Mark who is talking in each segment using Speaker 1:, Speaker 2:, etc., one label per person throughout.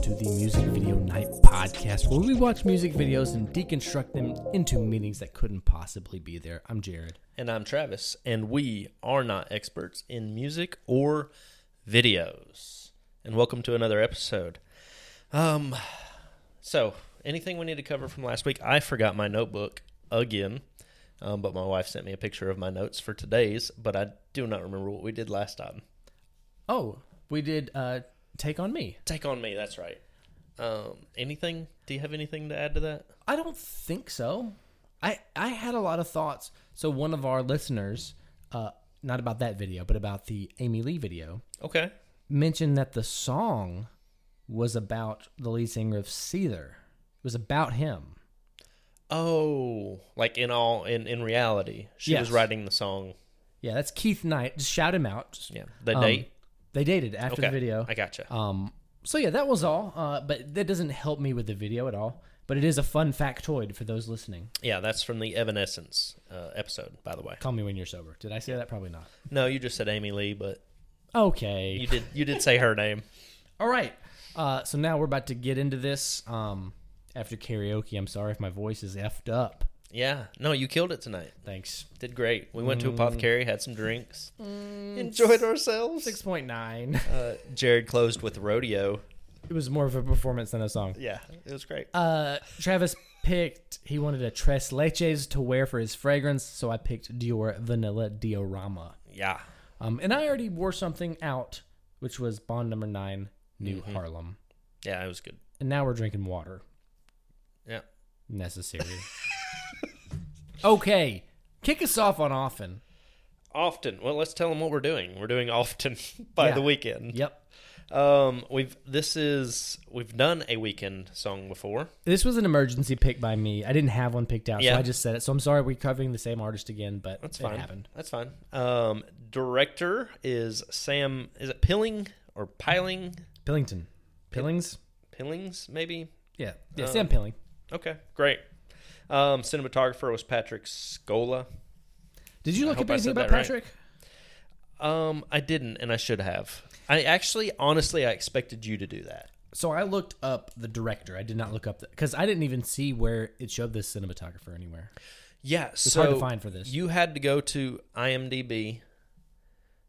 Speaker 1: to the Music Video Night podcast, where we watch music videos and deconstruct them into meanings that couldn't possibly be there. I'm Jared.
Speaker 2: And I'm Travis, and we are not experts in music or videos. And welcome to another episode. Um, so anything we need to cover from last week? I forgot my notebook again, um, but my wife sent me a picture of my notes for today's. But I do not remember what we did last time.
Speaker 1: Oh, we did uh, Take On Me.
Speaker 2: Take on me. That's right. Um, anything? Do you have anything to add to that?
Speaker 1: I don't think so. I, I had a lot of thoughts. So, one of our listeners, uh, not about that video, but about the Amy Lee video,
Speaker 2: Okay.
Speaker 1: mentioned that the song was about the lead singer of Seether. It was about him.
Speaker 2: Oh, like in all in in reality, she was
Speaker 1: Yes.
Speaker 2: writing the song.
Speaker 1: Yeah, that's Keith Knight. Just shout him out. Just,
Speaker 2: Yeah, the
Speaker 1: um,
Speaker 2: date.
Speaker 1: They dated after
Speaker 2: Okay,
Speaker 1: the video.
Speaker 2: I gotcha.
Speaker 1: Um, so yeah, that was all. Uh, but that doesn't help me with the video at all. But it is a fun factoid for those listening.
Speaker 2: Yeah, that's from the Evanescence uh, episode, by the way.
Speaker 1: Call me when you're sober. Did I say that? Probably not.
Speaker 2: No, you just said Amy Lee, but
Speaker 1: Okay.
Speaker 2: you did you did say her name.
Speaker 1: All right. Uh, so now we're about to get into this. Um, after karaoke, I'm sorry if my voice is effed up.
Speaker 2: Yeah, no, you killed it tonight.
Speaker 1: Thanks.
Speaker 2: Did great. We went to
Speaker 1: Mm.
Speaker 2: apothecary, had some drinks, enjoyed ourselves.
Speaker 1: Six point nine.
Speaker 2: Uh, Jared closed with rodeo.
Speaker 1: It was more of a performance than a song.
Speaker 2: Yeah, it was great.
Speaker 1: Uh, Travis picked. He wanted a tres leches to wear for his fragrance, so I picked Dior Vanilla Diorama.
Speaker 2: yeah,
Speaker 1: Um, and I already wore something out, which was Bond number nine, New
Speaker 2: Mm-hmm.
Speaker 1: Harlem.
Speaker 2: yeah, it was good.
Speaker 1: And now we're drinking water.
Speaker 2: Yeah,
Speaker 1: Necessary. okay. Kick us off on often.
Speaker 2: often. Well, let's tell them what we're doing. We're doing often by
Speaker 1: Yeah.
Speaker 2: the weekend.
Speaker 1: Yep.
Speaker 2: Um, we've this is we've done a weekend song before.
Speaker 1: This was an emergency pick by me. I didn't have one picked out, so
Speaker 2: Yeah.
Speaker 1: I just said it. So I'm sorry we're covering the same artist again, but
Speaker 2: That's
Speaker 1: it
Speaker 2: fine.
Speaker 1: happened.
Speaker 2: That's fine. Um, director is Sam. Is it Pilling or Piling?
Speaker 1: Pillington. Pillings?
Speaker 2: Pillings, maybe.
Speaker 1: Yeah.
Speaker 2: Uh,
Speaker 1: Yeah, Sam Pilling.
Speaker 2: Okay, great. Um, cinematographer was Patrick Scola.
Speaker 1: Did you look
Speaker 2: hope
Speaker 1: up
Speaker 2: I
Speaker 1: anything
Speaker 2: said
Speaker 1: about
Speaker 2: that right.
Speaker 1: Patrick?
Speaker 2: Um, I didn't, and I should have. I actually, honestly, I expected you to do that.
Speaker 1: So I looked up the director. I did not look up the because I didn't even see where it showed this cinematographer anywhere.
Speaker 2: Yeah,
Speaker 1: It's
Speaker 2: so
Speaker 1: hard to find for this.
Speaker 2: you had to go to IMDb,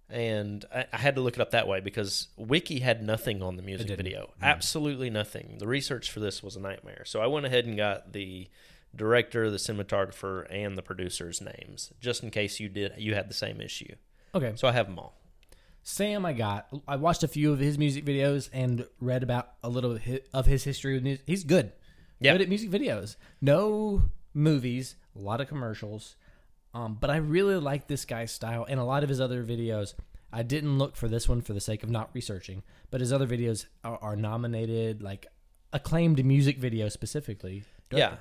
Speaker 2: and I, I had to look it up that way because Wiki had nothing on the music
Speaker 1: didn't. Mm.
Speaker 2: video, absolutely nothing. The research for this was a nightmare, so I went ahead and got the director, the cinematographer, and the producers' names just in case you did you had the same issue.
Speaker 1: Okay.
Speaker 2: So I have them all.
Speaker 1: Sam, I got. I watched a few of his music videos and read about a little hi- of his history with music. He's good.
Speaker 2: Yeah.
Speaker 1: Good at music videos. No movies, a lot of commercials. Um, but I really like this guy's style and a lot of his other videos. I didn't look for this one for the sake of not researching, but his other videos are, are nominated, like acclaimed music video specifically.
Speaker 2: Yeah.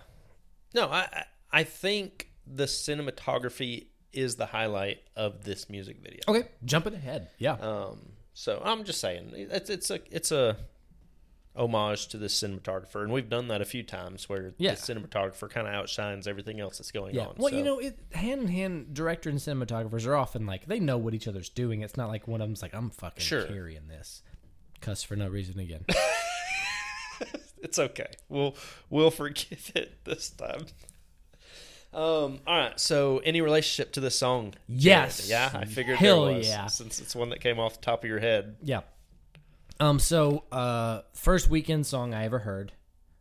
Speaker 2: No, I I- I think the cinematography is the highlight of this music video.
Speaker 1: Okay, jumping ahead. Yeah.
Speaker 2: Um, so I'm just saying it's it's a it's a homage to this cinematographer, and we've done that a few times where
Speaker 1: Yeah.
Speaker 2: the cinematographer kind of outshines everything else that's going
Speaker 1: Yeah.
Speaker 2: on.
Speaker 1: Well, you
Speaker 2: so-
Speaker 1: know, it, hand in hand, director and cinematographers are often like they know what each other's doing. It's not like one of them's like, "I'm fucking
Speaker 2: Sure.
Speaker 1: carrying this." Cuss for no reason again.
Speaker 2: it's okay. We'll we'll forgive it this time. Um. All right. So, any relationship to this song? Jared?
Speaker 1: Yes.
Speaker 2: Yeah. I figured.
Speaker 1: Hell
Speaker 2: there was,
Speaker 1: yeah.
Speaker 2: Since it's one that came off the top of your head.
Speaker 1: yeah. Um. So, uh, first weekend song I ever heard.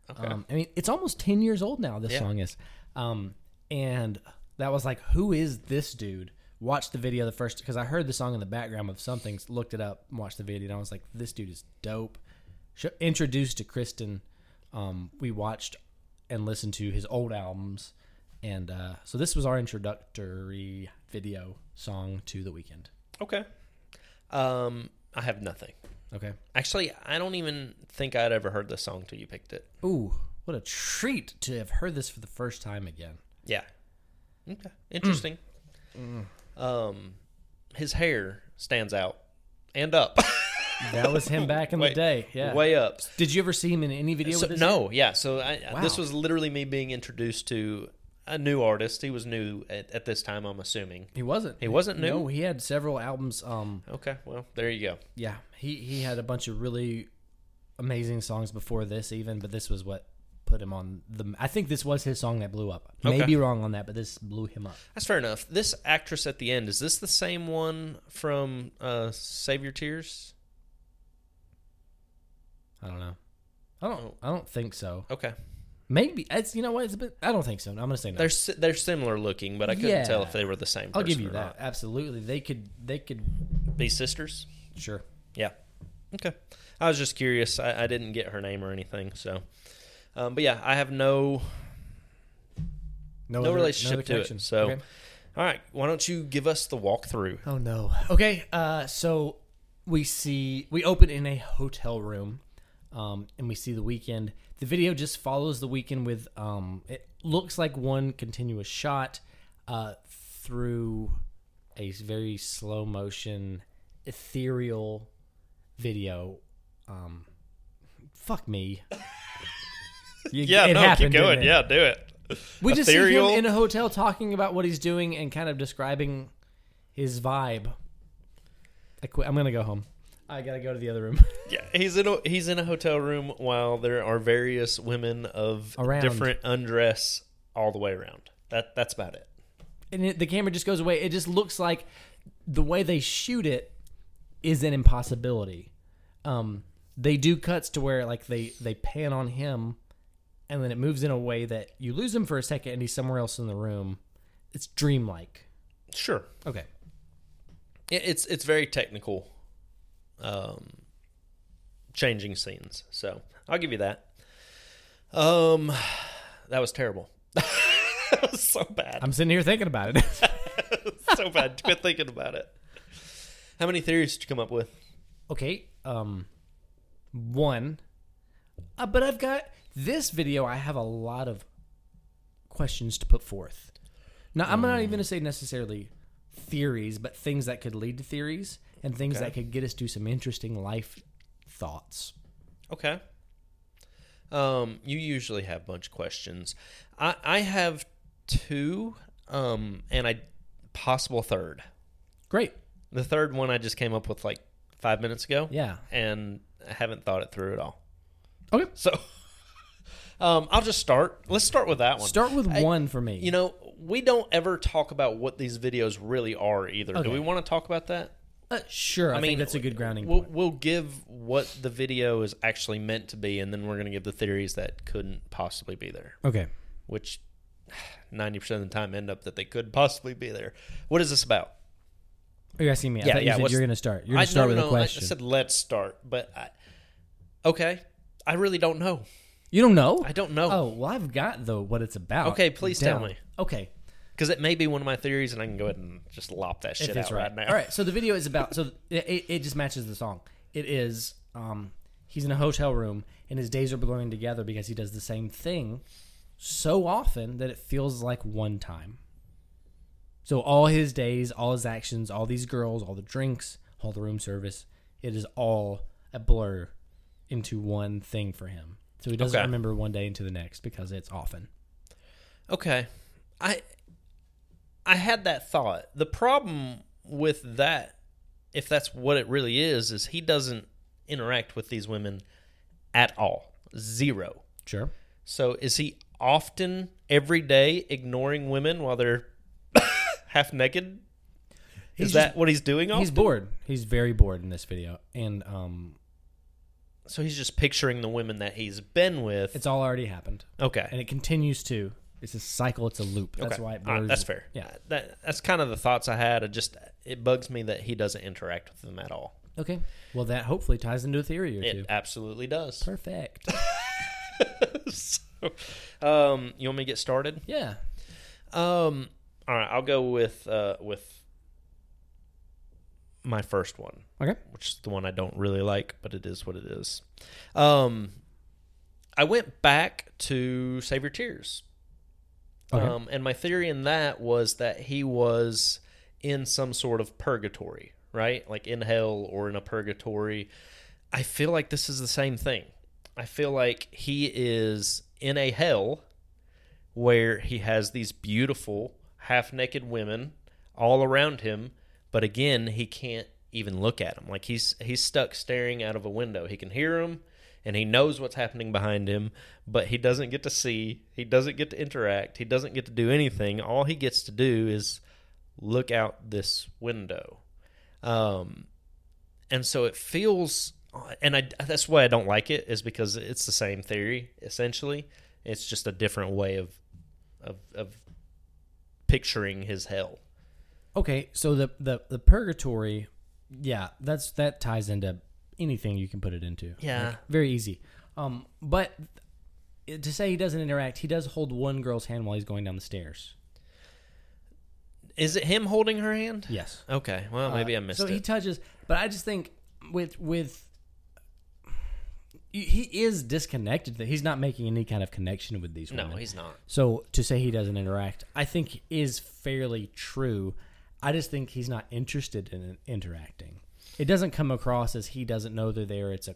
Speaker 2: Okay.
Speaker 1: Um, I mean, it's almost ten years old now. This song is. Um, and that was like, who is this dude? Watched the video the first because I heard the song in the background of something. Looked it up, watched the video, and I was like, this dude is dope. Sh- introduced to Kristen, um, we watched and listened to his old albums, and uh, so this was our introductory video song to the weekend.
Speaker 2: Okay. Um. I have nothing.
Speaker 1: Okay.
Speaker 2: Actually, I don't even think I'd ever heard this song till you picked it.
Speaker 1: Ooh, what a treat to have heard this for the first time again.
Speaker 2: Yeah. Okay.
Speaker 1: Mm.
Speaker 2: Interesting. Um, his hair stands out and up,
Speaker 1: That was him back in the
Speaker 2: Wait,
Speaker 1: day. Yeah.
Speaker 2: way up.
Speaker 1: Did you ever see him in any video?
Speaker 2: So,
Speaker 1: with his
Speaker 2: no, yeah. So I,
Speaker 1: Wow.
Speaker 2: this was literally me being introduced to a new artist. He was new at, at this time, I'm assuming.
Speaker 1: He wasn't.
Speaker 2: He wasn't new.
Speaker 1: No, he had several albums. Um,
Speaker 2: Okay. Well, there you go.
Speaker 1: yeah, he he had a bunch of really amazing songs before this, even, but this was what put him on the. I think this was his song that blew up. May
Speaker 2: Okay.
Speaker 1: be wrong on that, but this blew him up.
Speaker 2: That's fair enough. This actress at the end is this the same one from uh, Save Your Tears?
Speaker 1: I don't know. I don't. I don't think so.
Speaker 2: Okay,
Speaker 1: Maybe it's you know what it's a bit. I don't think so. I'm gonna say no.
Speaker 2: they're si- they're similar looking, but I couldn't
Speaker 1: Yeah.
Speaker 2: tell if they were the same.
Speaker 1: I'll give
Speaker 2: person
Speaker 1: you
Speaker 2: or
Speaker 1: that. Absolutely, they could. They could.
Speaker 2: not. Be sisters.
Speaker 1: Sure.
Speaker 2: Yeah. Okay. I was just curious. I, I didn't get her name or anything. So, um, but yeah, I have no no,
Speaker 1: other-
Speaker 2: relationship
Speaker 1: other
Speaker 2: to
Speaker 1: connection.
Speaker 2: it. So,
Speaker 1: Okay.
Speaker 2: all right. Why don't you give us the walkthrough?
Speaker 1: Oh no. Okay, uh, so we see we open in a hotel room, um, and we see the weekend. The video just follows the weekend with um, it looks like one continuous shot uh, through a very slow motion, ethereal video. Um, fuck me. You- it happened, didn't it?
Speaker 2: do it.
Speaker 1: We just see him
Speaker 2: Ethereal.
Speaker 1: in a hotel talking about what he's doing and kind of describing his vibe. I quit. I'm gonna go home. I gotta go to the other room.
Speaker 2: Yeah, he's in a he's in a hotel room while there are various women of
Speaker 1: Around.
Speaker 2: different undress all the way around. That that's about it.
Speaker 1: and it, the camera just goes away. It just looks like the way they shoot it is an impossibility. Um, they do cuts to where like they they pan on him, and then it moves in a way that you lose him for a second, and he's somewhere else in the room. It's dreamlike.
Speaker 2: Sure,
Speaker 1: Okay.
Speaker 2: It- it's it's very technical, um, changing scenes. So I'll give you that. Um, that was terrible. that was so bad,
Speaker 1: I'm sitting here thinking about it.
Speaker 2: so bad. Quit thinking about it. How many theories did you come up with?
Speaker 1: okay um one uh, but i've got this video i have a lot of questions to put forth now i'm not even going to say necessarily theories but things that could lead to theories and things
Speaker 2: Okay.
Speaker 1: that could get us to some interesting life thoughts
Speaker 2: Okay. Um, you usually have a bunch of questions. I, I have two, um, and I possible third.
Speaker 1: great
Speaker 2: The third one I just came up with like five minutes ago,
Speaker 1: yeah
Speaker 2: and I haven't thought it through at all.
Speaker 1: okay
Speaker 2: So, um, I'll just start. Let's start with that one.
Speaker 1: start with
Speaker 2: I-
Speaker 1: one for me
Speaker 2: You know, we don't ever talk about what these videos really are either.
Speaker 1: Okay.
Speaker 2: Do we want to talk about that?
Speaker 1: uh, sure i, think that's a good grounding
Speaker 2: We'll,
Speaker 1: point
Speaker 2: we'll give what the video is actually meant to be, and then we're going to give the theories that couldn't possibly be there,
Speaker 1: okay
Speaker 2: which 90% of the time end up that they could possibly be there. What is this about?
Speaker 1: are you asking me i
Speaker 2: Yeah,
Speaker 1: thought you
Speaker 2: yeah,
Speaker 1: said
Speaker 2: what's-
Speaker 1: you're going to start you're going to start
Speaker 2: no,
Speaker 1: with
Speaker 2: no,
Speaker 1: a
Speaker 2: I
Speaker 1: question
Speaker 2: said let's start, but I, okay. I really don't know.
Speaker 1: you don't know
Speaker 2: I don't know
Speaker 1: oh well i've got though what it's about
Speaker 2: Okay, please tell
Speaker 1: down.
Speaker 2: me.
Speaker 1: okay
Speaker 2: because it may be one of my theories, and I can go ahead and just lop that shit
Speaker 1: If it's
Speaker 2: out right. now.
Speaker 1: All right, so the video is about so it, it- it just matches the song. It is um he's in a hotel room and his days are blurring together because he does the same thing so often that it feels like one time. So all his days, all his actions, all these girls, all the drinks, all the room service, it is all a blur into one thing for him. So he doesn't
Speaker 2: Okay.
Speaker 1: remember one day into the next because it's often.
Speaker 2: Okay. I I had that thought. The problem with that, if that's what it really is, is he doesn't interact with these women at all. Zero.
Speaker 1: Sure.
Speaker 2: So is he often every day ignoring women while they're half naked?
Speaker 1: He's
Speaker 2: is
Speaker 1: just-
Speaker 2: that what he's doing? Often?
Speaker 1: He's bored. He's very bored in this video and um
Speaker 2: so he's just picturing the women that he's been with.
Speaker 1: it's all already happened.
Speaker 2: okay.
Speaker 1: and it continues to. It's a cycle. It's a loop. That's
Speaker 2: Okay.
Speaker 1: why it
Speaker 2: All right,
Speaker 1: blurs.
Speaker 2: that's fair. Uh,
Speaker 1: Yeah.
Speaker 2: That, that's kind of the thoughts I had. It just it bugs me that he doesn't interact with them at all.
Speaker 1: Okay. Well, that hopefully ties into a theory or two.
Speaker 2: It absolutely does.
Speaker 1: Perfect.
Speaker 2: so, um, you want me to get started?
Speaker 1: Yeah.
Speaker 2: Um, all right, I'll go with uh, with my first one,
Speaker 1: Okay.
Speaker 2: which is the one I don't really like, but it is what it is. Um, I went back to Save Your Tears.
Speaker 1: Okay.
Speaker 2: Um, and my theory in that was that he was in some sort of purgatory, right? Like in hell or in a purgatory. I feel like this is the same thing. I feel like he is in a hell where he has these beautiful half naked women all around him, but again, he can't even look at them. Like he's he's stuck staring out of a window. He can hear them, and he knows what's happening behind him, but he doesn't get to see, he doesn't get to interact, he doesn't get to do anything. All he gets to do is look out this window. Um, and so it feels, and I, that's why I don't like it, is because it's the same theory, essentially. It's just a different way of, of, of picturing his hell.
Speaker 1: Okay, so the, the the purgatory, yeah, that's that ties into anything you can put it into.
Speaker 2: Yeah.
Speaker 1: Like, very easy. Um, but to say he doesn't interact, he does hold one girl's hand while he's going down the stairs.
Speaker 2: Is it him holding her hand?
Speaker 1: Yes.
Speaker 2: Okay. Well, maybe I missed
Speaker 1: so
Speaker 2: it.
Speaker 1: he touches, but I just think with with he is disconnected. That he's not making any kind of connection with these
Speaker 2: no,
Speaker 1: women.
Speaker 2: he's not.
Speaker 1: So to say he doesn't interact, I think is fairly true. I just think he's not interested in interacting. It doesn't come across as he doesn't know they're there. It's a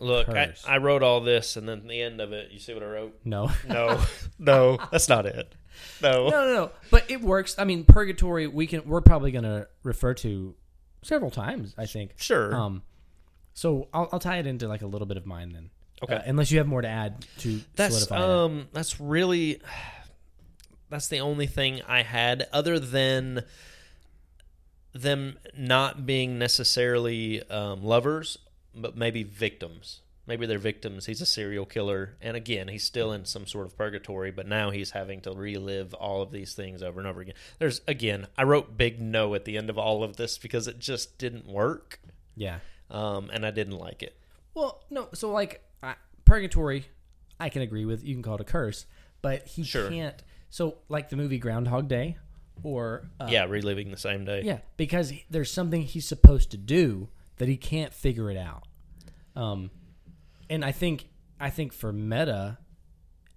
Speaker 2: Look, I,
Speaker 1: Curse.
Speaker 2: I wrote all this, and then the end of it, you see what I wrote?
Speaker 1: no.
Speaker 2: No, no, that's not it. No.
Speaker 1: No, no, no. But it works. I mean, purgatory. We can. We're probably going to refer to several times. I think.
Speaker 2: Sure.
Speaker 1: Um. So I'll, I'll tie it into like a little bit of mine then.
Speaker 2: Okay.
Speaker 1: Uh, unless you have more to add to
Speaker 2: that's
Speaker 1: solidify that.
Speaker 2: um that's really that's the only thing I had other than them not being necessarily um, lovers, but maybe victims. Maybe they're victims. He's a serial killer, and again, he's still in some sort of purgatory. But now he's having to relive all of these things over and over again. There's again, I wrote big no at the end of all of this because it just didn't work,
Speaker 1: Yeah.
Speaker 2: um, and I didn't like it.
Speaker 1: Well, no. So like I, purgatory, I can agree with. You can call it a curse, but he
Speaker 2: Sure.
Speaker 1: can't. So like the movie Groundhog Day, or uh,
Speaker 2: yeah, reliving the same day.
Speaker 1: yeah, because he- there's something he's supposed to do that he can't figure it out. Um, and I think I think for meta,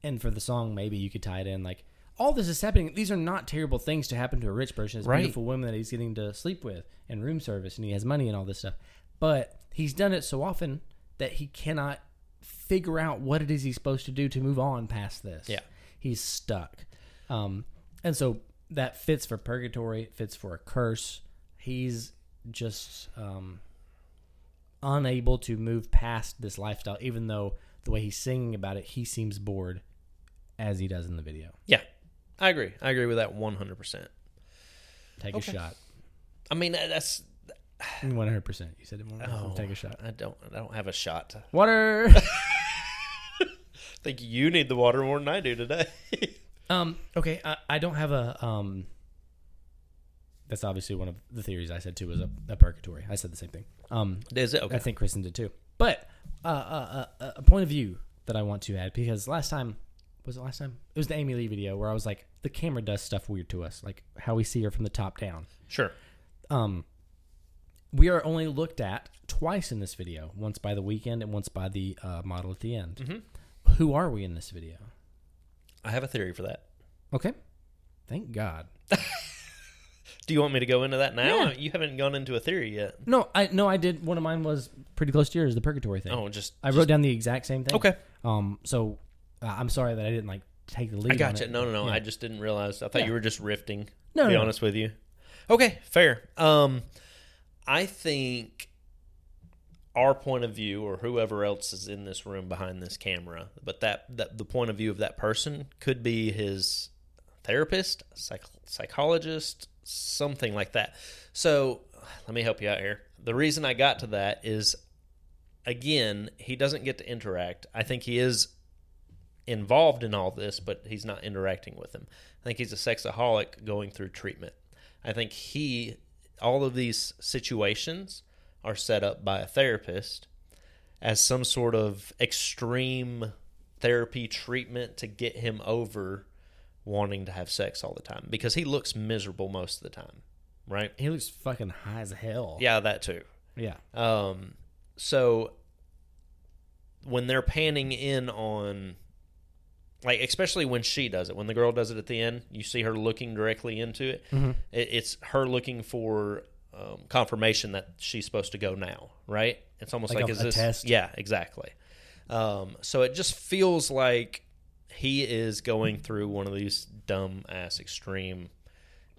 Speaker 1: and for the song, maybe you could tie it in like. All this is happening. These are not terrible things to happen to a rich person. It's
Speaker 2: Right.
Speaker 1: beautiful women that he's getting to sleep with and room service, and he has money and all this stuff. But he's done it so often that he cannot figure out what it is he's supposed to do to move on past this.
Speaker 2: Yeah.
Speaker 1: He's stuck. Um, and so that fits for purgatory, it fits for a curse. He's just um, unable to move past this lifestyle, even though the way he's singing about it, he seems bored as he does in the video.
Speaker 2: yeah, I agree. I agree with that one hundred percent.
Speaker 1: Take
Speaker 2: Okay.
Speaker 1: a shot.
Speaker 2: I mean, that- that's
Speaker 1: 100%. You said it more.
Speaker 2: oh,
Speaker 1: Take a shot.
Speaker 2: I don't. I don't have a shot. I
Speaker 1: Water.
Speaker 2: think you need the water more than I do today.
Speaker 1: Um. Okay. I, I don't have a um. That's obviously one of the theories I said too was a, a purgatory. I said the same thing. Um.
Speaker 2: Is it okay?
Speaker 1: I think Kristen did too. But uh, uh, uh, a point of view that I want to add because last time was it last time? It was the Amy Lee video where I was like, the camera does stuff weird to us, like how we see her from the top down.
Speaker 2: sure.
Speaker 1: Um. We are only looked at twice in this video. Once by the weekend and once by the uh, model at the end.
Speaker 2: Mm-hmm.
Speaker 1: Who are we in this video?
Speaker 2: I have a theory for that.
Speaker 1: Okay. Thank God.
Speaker 2: Do you want me to go into that now?
Speaker 1: Yeah.
Speaker 2: You haven't gone into a theory yet.
Speaker 1: No, I no, I did. One of mine was pretty close to yours, the purgatory thing.
Speaker 2: Oh, just
Speaker 1: I wrote down the exact same thing.
Speaker 2: okay.
Speaker 1: Um. So uh, I'm sorry that I didn't like take the lead.
Speaker 2: I
Speaker 1: on
Speaker 2: got you.
Speaker 1: it.
Speaker 2: No, no, no.
Speaker 1: Yeah.
Speaker 2: I just didn't realize. I thought
Speaker 1: Yeah.
Speaker 2: you were just riffing.
Speaker 1: No,
Speaker 2: to
Speaker 1: no,
Speaker 2: be
Speaker 1: no.
Speaker 2: honest with you. Okay, fair. Um, I think our point of view, or whoever else is in this room behind this camera, but that, that the point of view of that person could be his therapist, psych, psychologist, something like that. So let me help you out here. The reason I got to that is, again, he doesn't get to interact. I think he is involved in all this, but he's not interacting with him. I think he's a sexaholic going through treatment. I think he, all of these situations are set up by a therapist as some sort of extreme therapy treatment to get him over wanting to have sex all the time because he looks miserable most of the time, right?
Speaker 1: He looks fucking high as hell.
Speaker 2: Yeah, that too.
Speaker 1: Yeah.
Speaker 2: Um, so when they're panning in on, like, especially when she does it, when the girl does it at the end, you see her looking directly into it.
Speaker 1: Mm-hmm.
Speaker 2: it it's her looking for um, confirmation that she's supposed to go now, right? It's almost like,
Speaker 1: Like a-
Speaker 2: is
Speaker 1: a
Speaker 2: this?
Speaker 1: test?
Speaker 2: Yeah, exactly. Um, so it just feels like he is going through one of these dumb ass extreme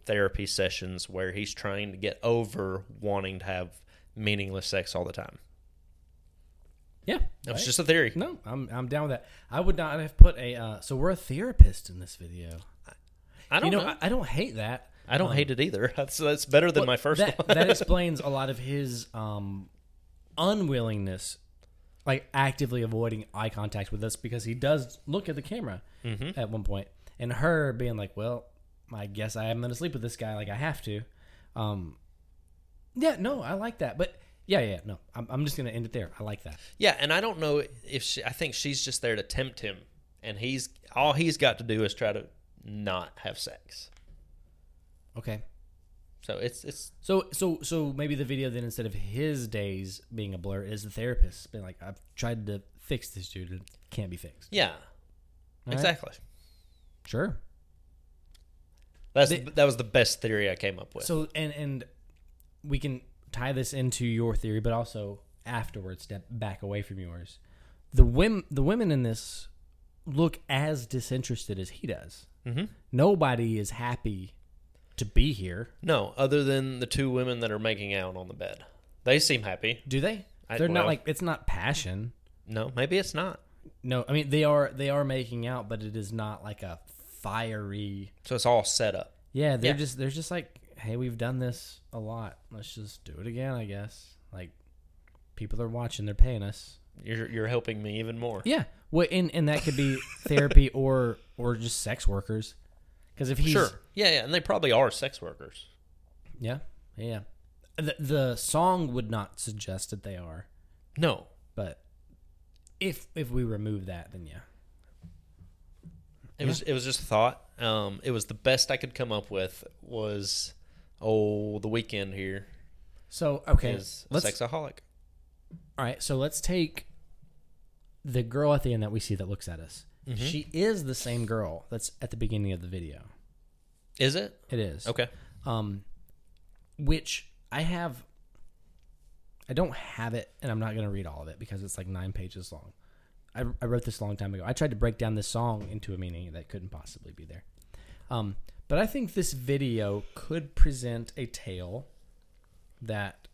Speaker 2: therapy sessions where he's trying to get over wanting to have meaningless sex all the time.
Speaker 1: Yeah,
Speaker 2: That was
Speaker 1: right.
Speaker 2: just a theory.
Speaker 1: no. I'm I'm down with that. I would not have put a. Uh, so we're a therapist in this video.
Speaker 2: I don't
Speaker 1: you know,
Speaker 2: know.
Speaker 1: I, I don't hate that.
Speaker 2: I, don't hate it either. That's that's better than my first
Speaker 1: that,
Speaker 2: one.
Speaker 1: that explains a lot of his um, unwillingness, like actively avoiding eye contact with us because he does look at the camera
Speaker 2: Mm-hmm.
Speaker 1: at one point, and her being like, "Well, I guess I am going to sleep with this guy. Like I have to." Um, yeah, no, I like that, but yeah, yeah, no, I'm, I'm just going to end it there. I like that.
Speaker 2: yeah, and I don't know if she. I think she's just there to tempt him, and he's all he's got to do is try to not have sex.
Speaker 1: Okay.
Speaker 2: So it's it's
Speaker 1: So, so, so maybe the video then, instead of his days being a blur, is the therapist being like, "I've tried to fix this dude, and it can't be fixed."
Speaker 2: yeah,
Speaker 1: All right.
Speaker 2: exactly.
Speaker 1: Sure.
Speaker 2: That's
Speaker 1: They-
Speaker 2: that was the best theory I came up with.
Speaker 1: So and and we can tie this into your theory, but also afterwards step back away from yours. The women the women in this look as disinterested as he does.
Speaker 2: mm-hmm.
Speaker 1: Nobody is happy to be here,
Speaker 2: No, other than the two women that are making out on the bed, they seem happy.
Speaker 1: do they?
Speaker 2: I-
Speaker 1: They're not
Speaker 2: well-
Speaker 1: like it's not passion.
Speaker 2: No, maybe it's not.
Speaker 1: No, I mean they are they are making out, but it is not like a fiery.
Speaker 2: So it's all set up.
Speaker 1: Yeah, they're
Speaker 2: Yeah.
Speaker 1: just they're just like, hey, we've done this a lot. Let's just do it again, I guess. Like people are watching, they're paying us.
Speaker 2: You're you're helping me even more.
Speaker 1: Yeah. Well, and and that could be therapy or or just sex workers. Because if he's
Speaker 2: Sure. Yeah, yeah, and they probably are sex workers.
Speaker 1: yeah yeah, the the song would not suggest that they are,
Speaker 2: No,
Speaker 1: but if if we remove that, then yeah.
Speaker 2: It was it was just a thought. Um, it was the best I could come up with was oh the weekend here
Speaker 1: So okay,
Speaker 2: is a
Speaker 1: let's
Speaker 2: sexaholic.
Speaker 1: all right. So let's take the girl at the end that we see that looks at us.
Speaker 2: Mm-hmm.
Speaker 1: She is the same girl that's at the beginning of the video.
Speaker 2: Is it?
Speaker 1: It is
Speaker 2: Okay.
Speaker 1: um, which I have. I don't have it, and I'm not going to read all of it because it's like nine pages long. I, I wrote this a long time ago. I tried to break down this song into a meaning that couldn't possibly be there. Um, but I think this video could present a tale that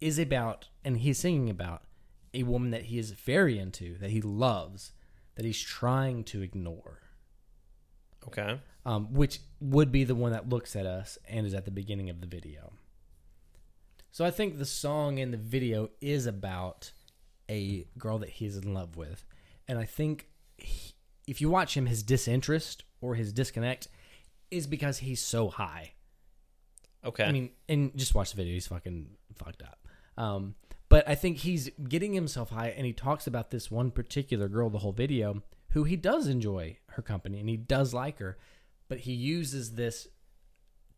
Speaker 1: is about, and he's singing about, a woman that he is very into, that he loves, that he's trying to ignore
Speaker 2: Okay.
Speaker 1: um, which would be the one that looks at us and is at the beginning of the video. So I think the song in the video is about a girl that he's in love with. And I think he, if you watch him, his disinterest or his disconnect is because he's so high.
Speaker 2: Okay.
Speaker 1: I mean, and just watch the video. He's fucking fucked up. Um, but I think he's getting himself high, and he talks about this one particular girl the whole video, who he does enjoy her company and he does like her, but he uses this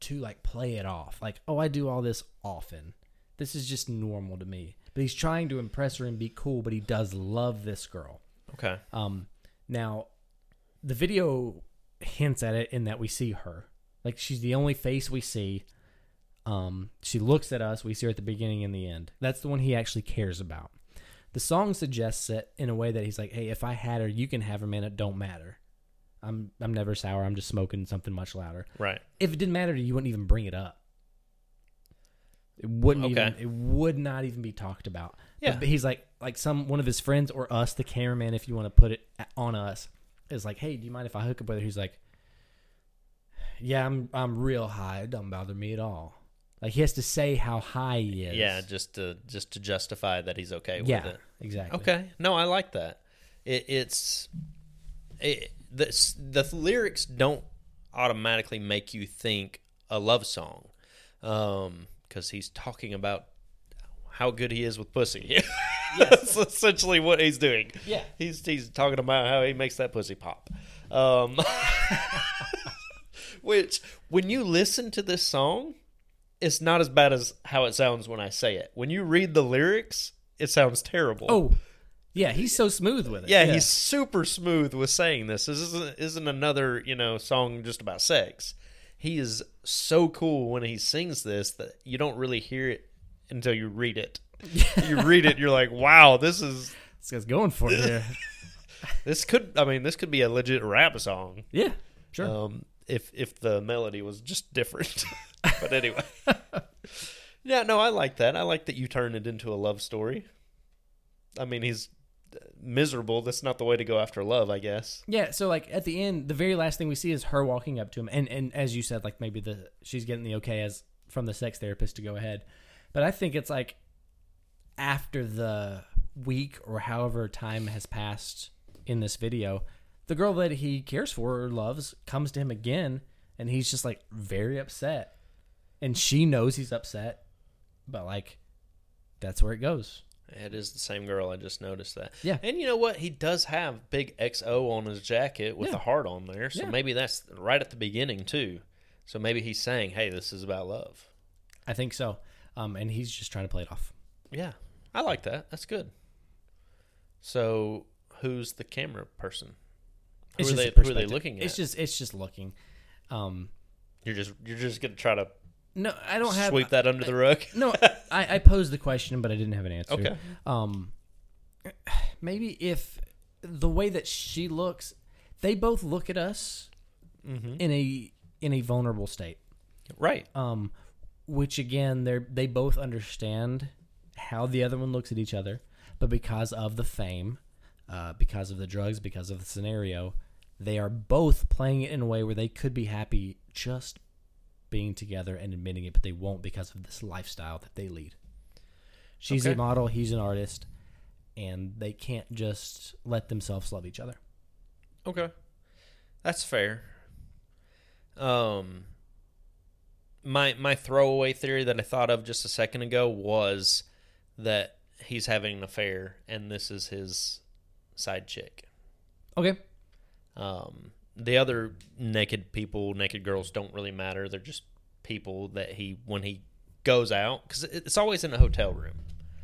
Speaker 1: to like play it off, like, oh, I do all this often. This is just normal to me. But he's trying to impress her and be cool, but he does love this girl.
Speaker 2: okay.
Speaker 1: Um, now, the video hints at it in that we see her. Like she's the only face we see. Um, she looks at us. We see her at the beginning and the end. That's the one he actually cares about. The song suggests it in a way that he's like, "Hey, if I had her, you can have her, man. It don't matter. I'm I'm never sour. I'm just smoking something much louder.
Speaker 2: Right.
Speaker 1: If it didn't matter to you, you wouldn't even bring it up. It wouldn't
Speaker 2: Okay.
Speaker 1: even. It would not even be talked about.
Speaker 2: Yeah.
Speaker 1: But he's like like some one of his friends or us, the cameraman, if you want to put it on us, is like, hey, do you mind if I hook up with her? He's like, yeah, I'm I'm real high. It don't bother me at all. Like he has to say how high he is.
Speaker 2: Yeah, just to just to justify that he's okay
Speaker 1: yeah,
Speaker 2: with it.
Speaker 1: exactly.
Speaker 2: Okay. No, I like that. It, it's it, the s- the lyrics don't automatically make you think a love song, because he's talking about how good he is with pussy. That's essentially what he's doing.
Speaker 1: Yeah.
Speaker 2: he's he's talking about how he makes that pussy pop. Um, which, when you listen to this song, it's not as bad as how it sounds when I say it. When you read the lyrics, it sounds terrible.
Speaker 1: Oh, yeah, he's so smooth with it.
Speaker 2: Yeah, he's super smooth with saying this. This isn't, isn't another you know song just about sex. He is so cool when he sings this that you don't really hear it until you read it. you read it, you're like, wow, this is
Speaker 1: this guy's going for it here.
Speaker 2: this could. I mean, this could be a legit rap song.
Speaker 1: yeah, sure.
Speaker 2: Um, if if the melody was just different, but anyway. yeah, no, I like that. I like that you turn it into a love story. I mean, he's miserable. That's not the way to go after love, I guess.
Speaker 1: Yeah, so like at the end, the very last thing we see is her walking up to him, and and as you said, like maybe the she's getting the okay as from the sex therapist to go ahead, but I think it's like after the week or however time has passed in this video, the girl that he cares for or loves comes to him again, and he's just like very upset, and she knows he's upset, but like that's where it goes.
Speaker 2: It is the same girl. I just noticed that.
Speaker 1: Yeah.
Speaker 2: And you know what? He does have big XO on his jacket with
Speaker 1: Yeah.
Speaker 2: a heart on there. So
Speaker 1: Yeah.
Speaker 2: maybe that's right at the beginning, too. So maybe he's saying, hey, this is about love.
Speaker 1: I think so, um, and he's just trying to play it off.
Speaker 2: Yeah. I like that. That's good. So who's the camera person? Who
Speaker 1: It's
Speaker 2: are
Speaker 1: just
Speaker 2: they
Speaker 1: a
Speaker 2: who are they
Speaker 1: perspective.
Speaker 2: looking at?
Speaker 1: It's just it's just looking. Um,
Speaker 2: you're just you're just gonna try to
Speaker 1: no, I don't have
Speaker 2: sweep that under the rug.
Speaker 1: no. I, I posed the question, but I didn't have an answer.
Speaker 2: Okay.
Speaker 1: Um, maybe if the way that she looks, they both look at us
Speaker 2: Mm-hmm.
Speaker 1: in a in a vulnerable state.
Speaker 2: Right.
Speaker 1: Um, which again, they they both understand how the other one looks at each other, but because of the fame, uh, because of the drugs, because of the scenario, they are both playing it in a way where they could be happy just being together and admitting it, but they won't because of this lifestyle that they lead. She's a
Speaker 2: Okay.
Speaker 1: model, he's an artist, and they can't just let themselves love each other.
Speaker 2: Okay. That's fair. Um my my throwaway theory that I thought of just a second ago was that he's having an affair and this is his side chick.
Speaker 1: Okay.
Speaker 2: Um the other naked people, naked girls don't really matter. They're just people that he when he goes out cuz it's always in a hotel room,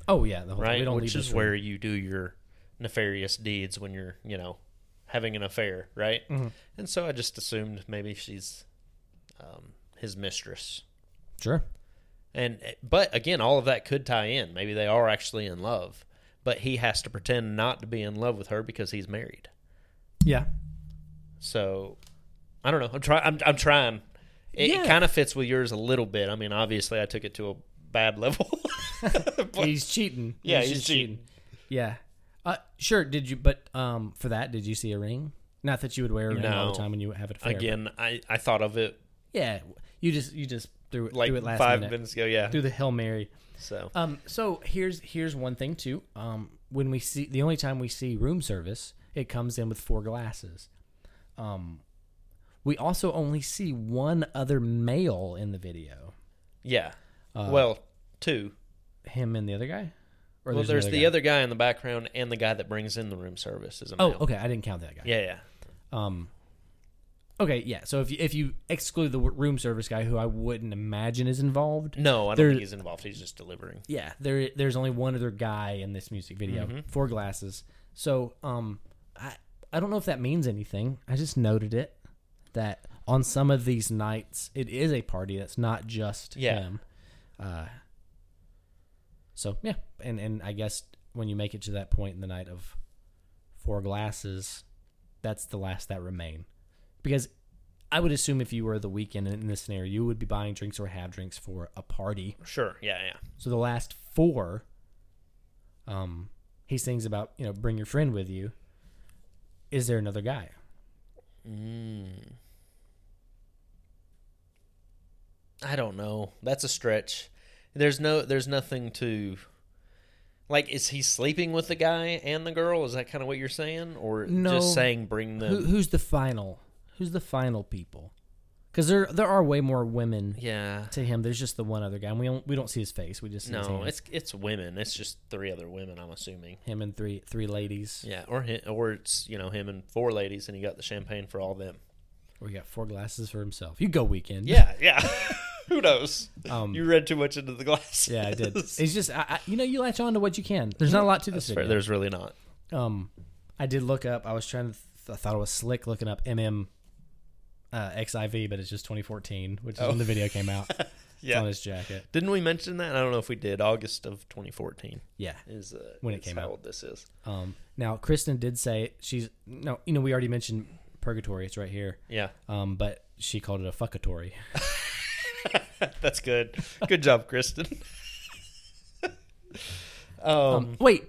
Speaker 1: Oh yeah, the whole
Speaker 2: right?
Speaker 1: We don't
Speaker 2: Which
Speaker 1: leave
Speaker 2: is
Speaker 1: this room.
Speaker 2: where you do your nefarious deeds when you're, you know, having an affair, right?
Speaker 1: Mhm.
Speaker 2: And so I just assumed maybe she's um, his mistress.
Speaker 1: Sure.
Speaker 2: And eh, but again, all of that could tie in. Maybe they are actually in love, but he has to pretend not to be in love with her because he's married.
Speaker 1: Yeah.
Speaker 2: So I don't know. I'm trying. I'm, I'm trying. It,
Speaker 1: Yeah.
Speaker 2: it kind of fits with yours a little bit. I mean, obviously, I took it to a bad level. But-
Speaker 1: he's cheating.
Speaker 2: Yeah, he's
Speaker 1: just
Speaker 2: cheating.
Speaker 1: Yeah. Uh, sure. Did you? But um, for that, did you see a ring? Not that you would wear a ring all
Speaker 2: No.
Speaker 1: the time when you have it. Affair,
Speaker 2: again, I I thought of it
Speaker 1: but- Yeah. You just you just threw it
Speaker 2: like
Speaker 1: threw it last
Speaker 2: five
Speaker 1: minute.
Speaker 2: minutes ago. Yeah.
Speaker 1: Threw the hail mary.
Speaker 2: So
Speaker 1: Um. So here's here's one thing too. Um. When we see the only time we see room service, it comes in with four glasses. Um. We also only see one other male in the video.
Speaker 2: yeah.
Speaker 1: Uh,
Speaker 2: well, two.
Speaker 1: Him and the other guy. Or
Speaker 2: Well, there's, the
Speaker 1: guy?
Speaker 2: other guy in the background and the guy that brings in the room service is a male.
Speaker 1: Oh, okay. I didn't count that guy.
Speaker 2: Yeah, yeah.
Speaker 1: Um. Okay, yeah. So if you, if you exclude the w- room service guy, who I wouldn't imagine is involved,
Speaker 2: No, I don't
Speaker 1: There-
Speaker 2: think he's involved. He's just delivering.
Speaker 1: yeah, there there's only one other guy in this music video. Four glasses. So um, I I don't know if that means anything. I just noted it that on some of these nights it is a party that's not just
Speaker 2: Yeah.
Speaker 1: him. Uh. So yeah, and and I guess when you make it to that point in the night of four glasses, that's the last that remain, because. I would assume if you were the weekend in this scenario, you would be buying drinks or have drinks for a party.
Speaker 2: Sure. Yeah, yeah.
Speaker 1: So the last four, um, he sings about you know bring your friend with you. Is there another guy?
Speaker 2: Mm. I don't know. That's a stretch. There's no. There's nothing to. Like, is he sleeping with the guy and the girl? Is that kind of what you're saying, or
Speaker 1: No.
Speaker 2: just saying bring them?
Speaker 1: Who, who's the final? Who's the final people? Because there there are way more women
Speaker 2: yeah.
Speaker 1: to him. There's just the one other guy, and we don't we don't see his face. We just see his
Speaker 2: No,
Speaker 1: hand.
Speaker 2: it's it's women. It's just three other women. I'm assuming.
Speaker 1: him and three three ladies.
Speaker 2: Yeah, or hi or it's you know him and four ladies, and he got the champagne for all them.
Speaker 1: We got four glasses for himself. You go weekend.
Speaker 2: Yeah, yeah. Who knows?
Speaker 1: Um,
Speaker 2: you read too much into the glass.
Speaker 1: yeah, I did. It's just I, I, you know you latch on to what you can. There's not a lot to this video.
Speaker 2: There's really not.
Speaker 1: Um, I did look up. I was trying to. Th- I thought it was slick looking up MM uh, XIV, but it's just 2014, which is when the video came out. It's
Speaker 2: Oh. Yeah.
Speaker 1: on his jacket.
Speaker 2: Didn't we mention that? I don't know if we did. August of 2014
Speaker 1: Yeah.
Speaker 2: is uh,
Speaker 1: When it
Speaker 2: is
Speaker 1: came
Speaker 2: how
Speaker 1: out.
Speaker 2: old this is.
Speaker 1: Um. Now, Kristen did say she's no. You know, we already mentioned purgatory. It's right here.
Speaker 2: Yeah,
Speaker 1: Um. But she called it a fuckatory.
Speaker 2: that's good. Good job, Kristen. um,
Speaker 1: Um, Wait,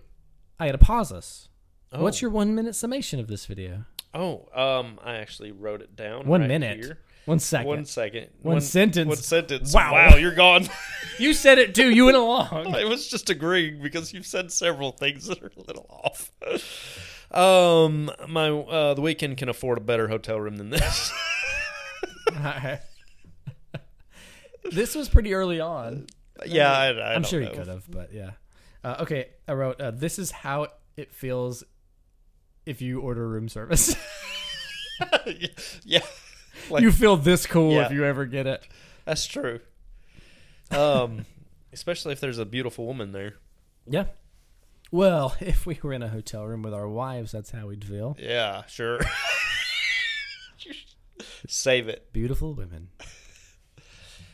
Speaker 1: I had to pause us.
Speaker 2: Oh,
Speaker 1: What's your one minute summation of this video?
Speaker 2: Oh, um, I actually wrote it down.
Speaker 1: One
Speaker 2: right
Speaker 1: minute.
Speaker 2: here.
Speaker 1: One second.
Speaker 2: One second.
Speaker 1: One sentence.
Speaker 2: One sentence.
Speaker 1: Wow.
Speaker 2: Wow. you're gone.
Speaker 1: you said it too. You went along.
Speaker 2: I was just agreeing because you've said several things that are a little off. Um, my uh, the weekend can afford a better hotel room than this.
Speaker 1: this was pretty early on.
Speaker 2: yeah, I, I
Speaker 1: I'm
Speaker 2: don't
Speaker 1: sure
Speaker 2: know.
Speaker 1: you could have, but yeah. Uh, okay, I wrote uh, this is how it feels if you order room service.
Speaker 2: yeah, Like-
Speaker 1: you feel this cool if
Speaker 2: Yeah.
Speaker 1: you ever get it.
Speaker 2: that's true. Um, especially if there's a beautiful woman there.
Speaker 1: Yeah. Well, if we were in a hotel room with our wives, that's how we'd feel.
Speaker 2: Yeah, sure. Save it.
Speaker 1: Beautiful women.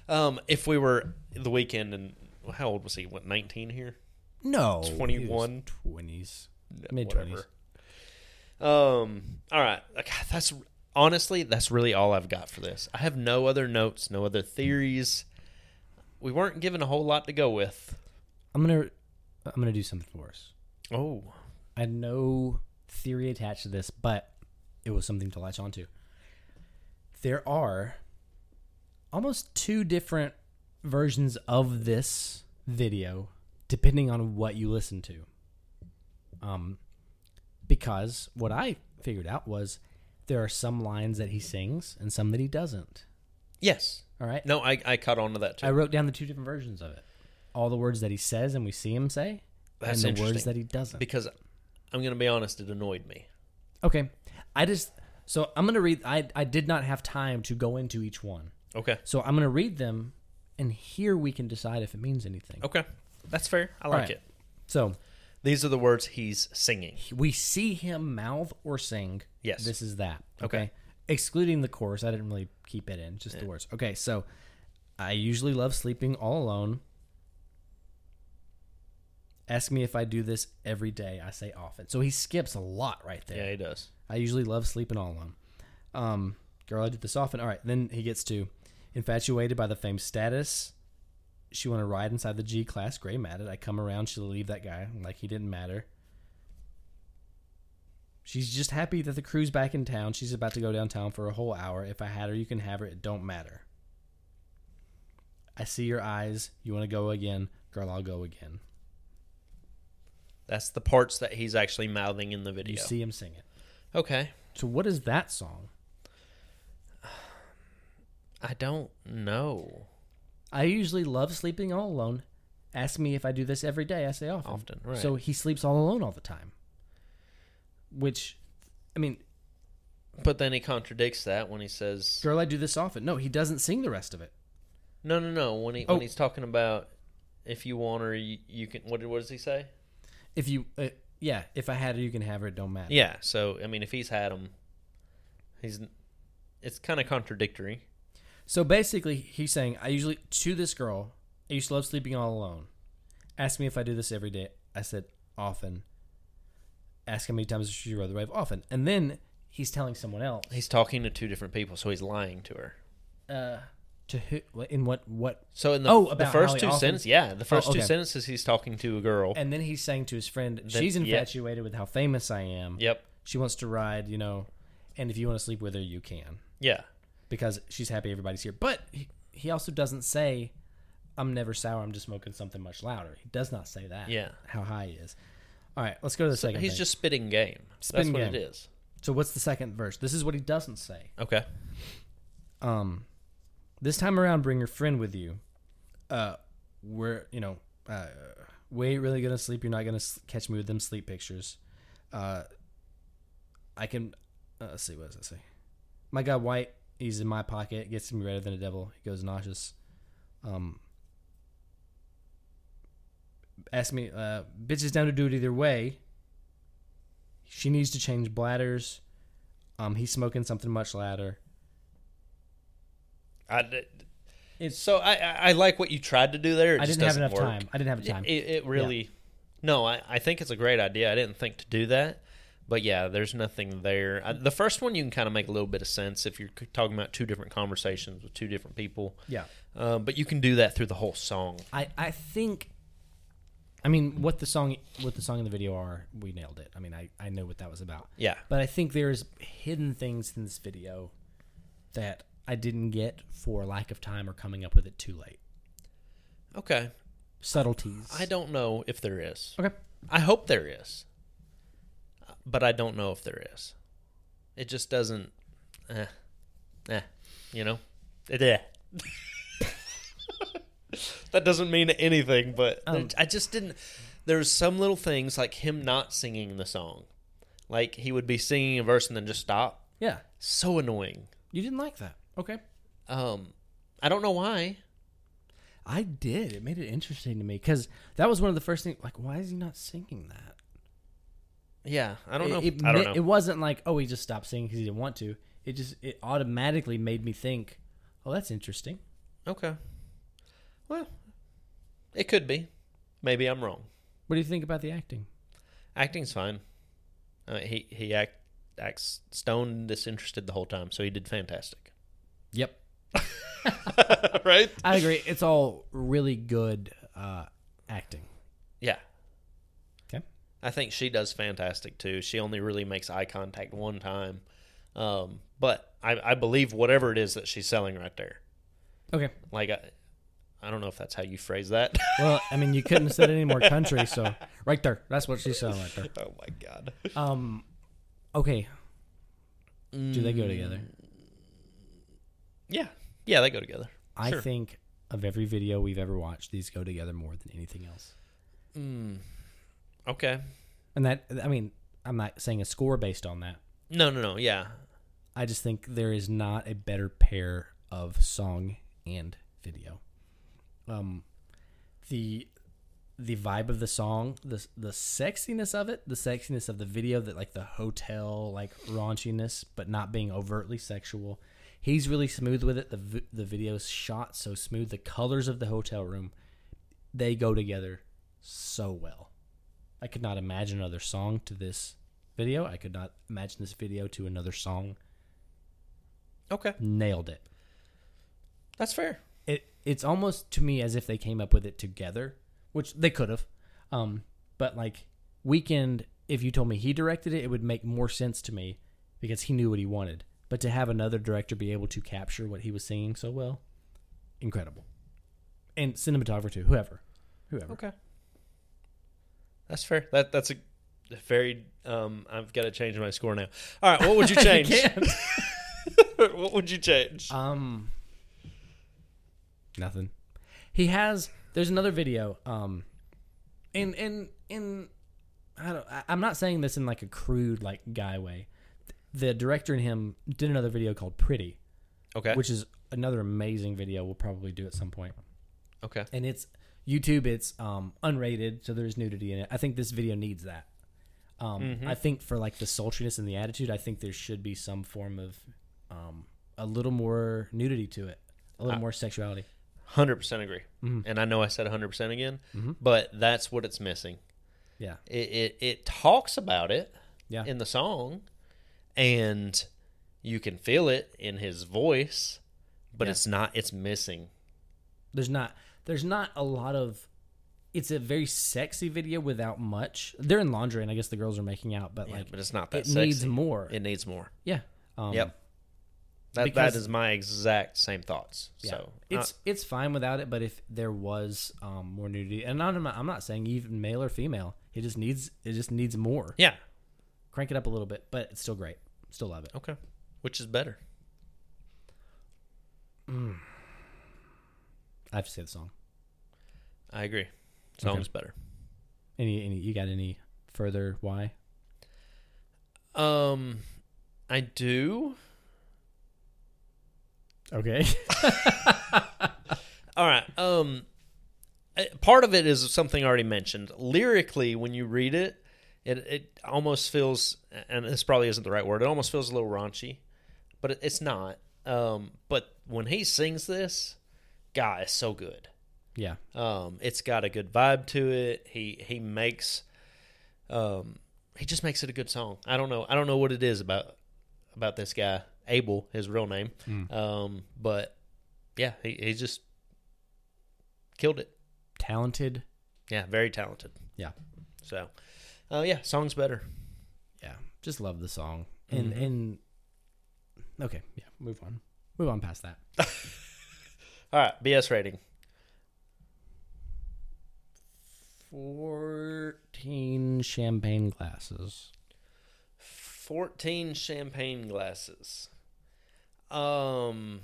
Speaker 2: Um, if we were the weekend and how old was he? What, nineteen here?
Speaker 1: No.
Speaker 2: 21.
Speaker 1: Twenties.
Speaker 2: No,
Speaker 1: Mid twenties.
Speaker 2: whatever. Um. All right. Like, that's honestly that's really all I've got for this. I have no other notes, no other theories. We weren't given a whole lot to go with.
Speaker 1: I'm gonna I'm gonna do something for us.
Speaker 2: Oh,
Speaker 1: I had no theory attached to this, but it was something to latch onto. There are almost two different versions of this video, depending on what you listen to. Um, because what I figured out was there are some lines that he sings and some that he doesn't.
Speaker 2: yes.
Speaker 1: All right.
Speaker 2: No, I I caught on to that too.
Speaker 1: I wrote down the two different versions of it. All the words that he says and we see him say,
Speaker 2: That's
Speaker 1: and the words
Speaker 2: interesting.
Speaker 1: that he doesn't.
Speaker 2: because I'm gonna be honest, it annoyed me.
Speaker 1: Okay. I just so I'm gonna read I I did not have time to go into each one.
Speaker 2: Okay.
Speaker 1: So I'm gonna read them and here we can decide if it means anything.
Speaker 2: Okay. That's fair. I like
Speaker 1: right.
Speaker 2: it.
Speaker 1: So
Speaker 2: These are the words he's singing.
Speaker 1: we see him mouth or sing.
Speaker 2: Yes.
Speaker 1: This is that. Okay.
Speaker 2: Okay.
Speaker 1: Excluding the chorus, I didn't really keep it in, just the words. Okay, so I usually love sleeping all alone. Ask me if I do this every day. I say often. So he skips a lot right there.
Speaker 2: Yeah, he does.
Speaker 1: I usually love sleeping all alone. Um, girl, I did this often. All right, then he gets to infatuated by the fame's status. She want to ride inside the G class. Gray mad at. I come around. She'll leave that guy like he didn't matter. She's just happy that the crew's back in town. She's about to go downtown for a whole hour. If I had her, you can have her. It don't matter. I see your eyes. You want to go again, girl? I'll go again.
Speaker 2: That's the parts that he's actually mouthing in the
Speaker 1: You
Speaker 2: video.
Speaker 1: see him sing it.
Speaker 2: Okay.
Speaker 1: So what is that song?
Speaker 2: I don't know.
Speaker 1: I usually love sleeping all alone. Ask me if I do this every day. I say often.
Speaker 2: Often, right.
Speaker 1: So he sleeps all alone all the time. Which, I mean,
Speaker 2: But then he contradicts that when he says,
Speaker 1: girl, I do this often. No, he doesn't sing the rest of it.
Speaker 2: "No, no, no." When he
Speaker 1: Oh.
Speaker 2: when he's talking about if you want her, you, you can. What did- what does he say?
Speaker 1: If you, uh, yeah, if I had her, you can have her. It don't matter.
Speaker 2: Yeah. So I mean, if he's had him, he's it's kind of contradictory.
Speaker 1: So basically, he's saying, I usually, to this girl, I used to love sleeping all alone. Ask me if I do this every day. I said, often. Ask how many times she rode the wave often. And then he's telling someone else.
Speaker 2: He's talking to two different people, so he's lying to her.
Speaker 1: Uh, to who? In what? What?
Speaker 2: So in the,
Speaker 1: Oh,
Speaker 2: the
Speaker 1: about how
Speaker 2: first
Speaker 1: he
Speaker 2: two
Speaker 1: often-
Speaker 2: sentences, yeah, the first two
Speaker 1: okay.
Speaker 2: sentences, he's talking to a girl.
Speaker 1: And then he's saying to his friend,
Speaker 2: That-
Speaker 1: "She's
Speaker 2: yeah.
Speaker 1: infatuated with how famous I am.
Speaker 2: yep.
Speaker 1: She wants to ride, you know, and if you want to sleep with her, you can
Speaker 2: Yeah.
Speaker 1: because she's happy everybody's here." But he, he also doesn't say, "I'm never sour. I'm just smoking something much louder." He does not say that.
Speaker 2: Yeah.
Speaker 1: how high he is. All right, let's go to the second.
Speaker 2: He's
Speaker 1: thing.
Speaker 2: just spitting game.
Speaker 1: Spitting
Speaker 2: That's
Speaker 1: game.
Speaker 2: what it is.
Speaker 1: so. What's the second verse? This is what he doesn't say.
Speaker 2: Okay.
Speaker 1: Um, this time around, bring your friend with you. Uh, we're you know, uh, we ain't really gonna sleep. You're not gonna s- catch me with them sleep pictures. Uh, I can. Uh, let's see what does it say. My guy White, he's in my pocket. Gets me redder than a devil. He goes nauseous. Um, ask me, uh, bitch is down to do it either way. She needs to change bladders. Um, he's smoking something much louder.
Speaker 2: I d
Speaker 1: It's-
Speaker 2: so I, I I like what you tried to do there. It
Speaker 1: I
Speaker 2: just
Speaker 1: didn't have
Speaker 2: doesn't
Speaker 1: enough
Speaker 2: work.
Speaker 1: time. I didn't have time.
Speaker 2: It, it really, no, I, I think it's a great idea. I didn't think to do that, but yeah, there's nothing there. I, the first one you can kind of make a little bit of sense if you're c- talking about two different conversations with two different people, uh,
Speaker 1: yeah.
Speaker 2: um, but you can do that through the whole song.
Speaker 1: I, I think I mean, what the song, what the song and the video are, we nailed it. I mean, I I know what that was about.
Speaker 2: Yeah.
Speaker 1: But I think there's hidden things in this video that I didn't get for lack of time or coming up with it too late.
Speaker 2: Okay.
Speaker 1: Subtleties.
Speaker 2: I don't know if there is.
Speaker 1: Okay.
Speaker 2: I hope there is, but I don't know if there is. It just doesn't. Eh, eh, you know, it. Eh. that doesn't mean anything, but there-
Speaker 1: Um.
Speaker 2: I just didn't. There's some little things like him not singing the song, like he would be singing a verse and then just stop.
Speaker 1: Yeah.
Speaker 2: So annoying.
Speaker 1: You didn't like that. Okay.
Speaker 2: Um, I don't know why.
Speaker 1: I did. It made it interesting to me because that was one of the first things. Like, why is he not singing that?
Speaker 2: Yeah, I don't
Speaker 1: it,
Speaker 2: know.
Speaker 1: It,
Speaker 2: I don't
Speaker 1: ma-
Speaker 2: know.
Speaker 1: It wasn't like, oh, he just stopped singing because he didn't want to. It just it automatically made me think, oh, that's interesting.
Speaker 2: Okay. Well, it could be. Maybe I'm wrong.
Speaker 1: What do you think about the acting?
Speaker 2: Acting's fine. I mean, he he act, acts stone disinterested the whole time, so he did fantastic.
Speaker 1: Yep,
Speaker 2: right?
Speaker 1: I agree. It's all really good uh, acting.
Speaker 2: Yeah.
Speaker 1: Okay.
Speaker 2: I think she does fantastic too. She only really makes eye contact one time, um, but I, I believe whatever it is that she's selling right there.
Speaker 1: Okay.
Speaker 2: Like, I, I don't know if that's how you phrase that.
Speaker 1: Well, I mean, you couldn't have said any more country. So right there, that's what she said right there.
Speaker 2: oh my god.
Speaker 1: Um, okay. Do they go together?
Speaker 2: Mm. Yeah, yeah, they go together.
Speaker 1: I
Speaker 2: Sure.
Speaker 1: think of every video we've ever watched, these go together more than anything else.
Speaker 2: Mm. Okay.
Speaker 1: And that, I mean, I'm not saying a score based on that.
Speaker 2: No, no, no. Yeah,
Speaker 1: I just think there is not a better pair of song and video. Um, the the vibe of the song, the the sexiness of it, the sexiness of the video, that like the hotel like raunchiness, but not being overtly sexual. He's really smooth with it. The vi- the video's shot so smooth. The colors of the hotel room, they go together so well. I could not imagine another song to this video. I could not imagine this video to another song
Speaker 2: Okay,
Speaker 1: nailed it.
Speaker 2: that's fair.
Speaker 1: It it's almost to me as if they came up with it together, which they could have. Um, but like weekend, if you told me he directed it, it would make more sense to me because he knew what he wanted. But to have another director be able to capture what he was singing so well, incredible. And cinematographer too, whoever, whoever.
Speaker 2: Okay, that's fair. That that's a very. Um, I've got to change my score now. All right, what would you change?
Speaker 1: can't.
Speaker 2: what would you change?
Speaker 1: Um, nothing. He has. There's another video. Um, in in in, I don't. I, I'm not saying this in like a crude like guy way. The director and him did another video called Pretty,
Speaker 2: okay.
Speaker 1: which is another amazing video. We'll probably do at some point.
Speaker 2: okay.
Speaker 1: And it's YouTube. It's um unrated, so there's nudity in it. I think this video needs that. Um,
Speaker 2: Mm-hmm.
Speaker 1: I think for like the sultriness and the attitude, I think there should be some form of um a little more nudity to it, a
Speaker 2: Uh,
Speaker 1: little more sexuality.
Speaker 2: Hundred percent agree.
Speaker 1: Mm-hmm.
Speaker 2: And I know I said hundred percent again, but that's what it's missing.
Speaker 1: Yeah,
Speaker 2: It it, it talks about it
Speaker 1: yeah,
Speaker 2: in the song, and you can feel it in his voice, but
Speaker 1: Yeah.
Speaker 2: it's not. It's missing.
Speaker 1: there's not there's not a lot of it's a very sexy video without much they're in laundry and i guess the girls are making out but like
Speaker 2: but it's not that
Speaker 1: it
Speaker 2: sexy.
Speaker 1: needs more
Speaker 2: it needs more.
Speaker 1: yeah um,
Speaker 2: Yep. That,
Speaker 1: because-
Speaker 2: that is my exact same thoughts.
Speaker 1: yeah.
Speaker 2: So uh,
Speaker 1: it's it's fine without it but if there was um more nudity and I'm not, I'm not saying even male or female it just needs it just needs more
Speaker 2: yeah,
Speaker 1: crank it up a little bit but it's still great still love it
Speaker 2: okay, which is better?
Speaker 1: i have to say the song
Speaker 2: I agree. Song's better.
Speaker 1: any any you got any further why
Speaker 2: Um, I do.
Speaker 1: okay
Speaker 2: All right. Um, uh, part of it is something already mentioned. Lyrically, when you read it, it it almost feels, and this probably isn't the right word. It almost feels a little raunchy, but it, it's not. Um, but when he sings this, God, it's so good.
Speaker 1: yeah
Speaker 2: Um, it's got a good vibe to it. He he makes, um, he just makes it a good song. I don't know. I don't know what it is about about this guy Abel, his real name. Um, but yeah, he he just killed it.
Speaker 1: talented
Speaker 2: Yeah, very talented.
Speaker 1: Yeah.
Speaker 2: So, uh, yeah, song's better.
Speaker 1: Yeah. Just love the song. And and okay, Mm-hmm. yeah, move on. Move on past that.
Speaker 2: All right, BS rating.
Speaker 1: 14 champagne glasses.
Speaker 2: 14 champagne glasses. Um